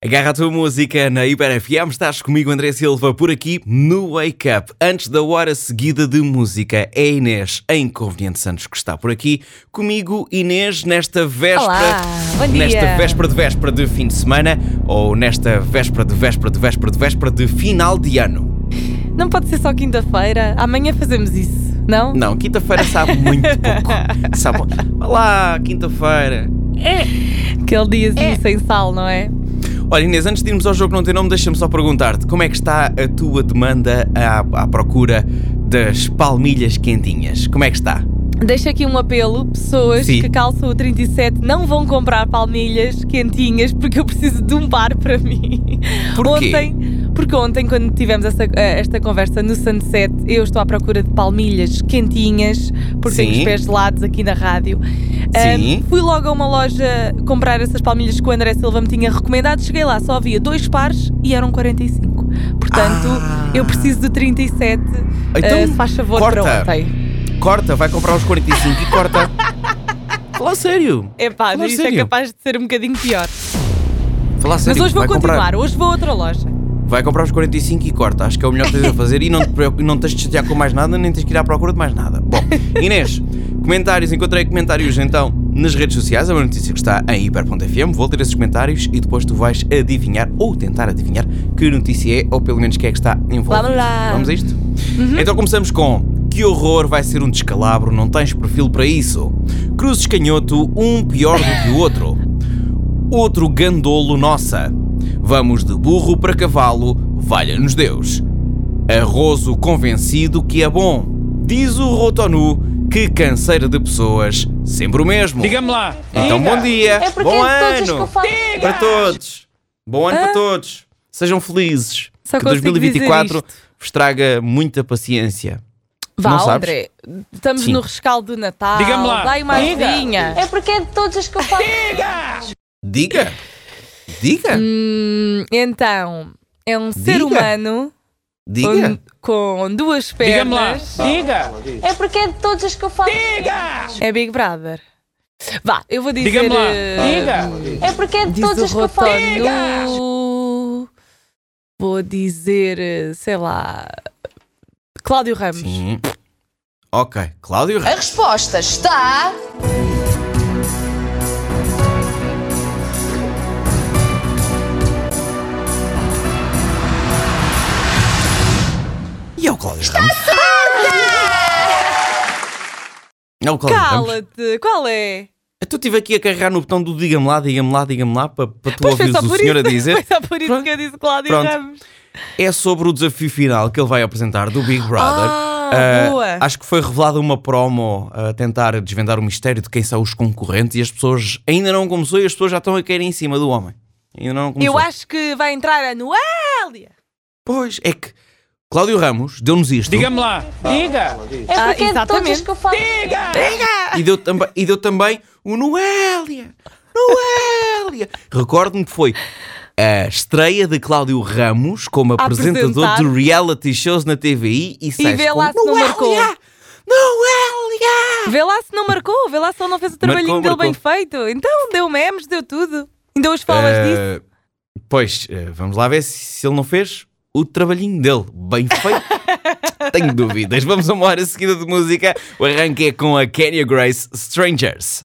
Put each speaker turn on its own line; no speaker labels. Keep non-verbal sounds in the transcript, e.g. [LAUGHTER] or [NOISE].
Agarra a tua música na Hiper FM. Estás comigo, André Silva, por aqui no Wake Up. Antes da hora seguida de música, é a Inês, a Inconveniente Santos, que está por aqui comigo, Inês, nesta véspera.
Olá, bom dia.
Nesta véspera de véspera de fim de semana ou nesta véspera de véspera de véspera de véspera de final de ano.
Não pode ser só quinta-feira. Amanhã fazemos isso, não?
Não, quinta-feira sabe muito pouco.
[LAUGHS]
Sabe... Olá, quinta-feira.
Aquele dia assim, sem sal, não é?
Olha, Inês, antes de irmos ao jogo não tem nome, deixa-me só perguntar-te como é que está a tua demanda à, à procura das palmilhas quentinhas? Como é que está?
Deixo aqui um apelo: pessoas
Sim.
que calçam o 37 não vão comprar palmilhas quentinhas porque eu preciso de um bar para mim.
Porquê?
Ontem, porque ontem, quando tivemos essa- eh, esta conversa no Sunset, eu estou à procura de palmilhas quentinhas porque tenho
Sim.
os pés gelados aqui na rádio. Ah,
Sim.
fui logo a uma loja comprar essas palmilhas que o André Silva me tinha recomendado. Cheguei lá, só havia dois pares e eram 45. Portanto,
Ah.
eu preciso do 37.
Então,
Ah, se faz favor
corta.
para ontem.
Corta, vai comprar os 45 e
[LAUGHS]
corta. Fala sério.
Epá,
Fala
isto
sério.
é capaz de ser um bocadinho pior.
Fala sério.
Mas hoje vou
vai
continuar,
Comprar,
hoje vou a outra loja.
vai comprar os 45 e corta. Acho que é o melhor que tens a fazer e não te, preocup- não tens de chatear com mais nada, nem tens que ir à procura de mais nada.
[LAUGHS]
Bom, Inês, comentários. Encontrei comentários então nas redes sociais. É uma notícia que está em hiper.fm. Vou ler esses comentários e depois tu vais adivinhar ou tentar adivinhar que notícia é ou pelo menos que é que está envolvida.
Vamos lá. Uhum.
Vamos a isto? Então começamos com. Que horror, vai ser um descalabro, não tens perfil para isso. Cruzes canhoto, um pior do que o outro. Outro gandolo nossa. Vamos de burro para cavalo, valha-nos Deus. Arrozo convencido que é bom. Diz o Rotonu que canseira de pessoas, sempre o mesmo.
Diga-me lá.
Então bom dia,
É porque
bom
é de todos os que eu
ano
falo. Ah.
para todos. Bom ano para todos. Sejam felizes.
Só
que
consigo dizer
2024
isto.
vos traga muita paciência.
Vá,
Não sabes?
André, estamos
Sim.
no rescaldo do Natal.
Diga-me lá.
Dai uma ajudinha.
É porque é de todos os que eu falo.
Diga. Diga.
Hum, então, é um ser
Diga.
humano
Diga.
com, com duas
Diga-me lá.
pernas.
Diga.
É porque é de todos os que eu falo.
É Big Brother. Vá, eu vou dizer.
Diga-me lá.
eh,
Diga.
É porque é de
Diz
todos os
o
que eu falo. É
Rotonu. Vou dizer, eh, sei lá. Cláudio Ramos.
Sim. Hum. Ok, Cláudio Ramos.
resposta está.
E é o Cláudio Ramos. É o Cláudio Ramos.
Cala-te! Qual é?
Eu estive aqui a carregar no botão do diga-me lá, diga-me lá, diga-me lá, para, para tu
Pois foi
ouvires
só
o
por
senhor
isso,
a dizer.
Foi só por isso
Pronto.
que eu disse Cláudio
Pronto.
Ramos.
É sobre o desafio final que ele vai apresentar do Big Brother.
Ah,
Ah,
boa.
Acho que foi revelada uma promo a tentar desvendar o mistério de quem são os concorrentes e as pessoas ainda não começou e as pessoas já estão a cair em cima do homem. Ainda não começou.
Eu acho que vai entrar a Noélia.
Pois é que Cláudio Ramos deu-nos isto
Diga-me lá. Diga.
É
Ah,
porque é de todos os
exatamente.
que eu falo.
e, deu tamba- e deu também o Noélia. Noélia! Recordo-me que foi a estreia de Cláudio Ramos como
A
apresentador
apresentar.
de reality shows na TVI e, sais
vê
com
lá se não
Noélia!
marcou.
Noélia!
Vê lá se não marcou, vê lá se ele não fez o trabalhinho
Marcou,
dele bem
marcou.
feito. Então, deu memes, deu tudo. Ainda hoje falas disso.
Eh, Pois, eh, vamos lá ver se, se ele não fez o trabalhinho dele. Bem feito.
[LAUGHS]
Tenho dúvidas. Vamos a uma hora seguida de música. O arranque é com a Kenya Grace Strangers.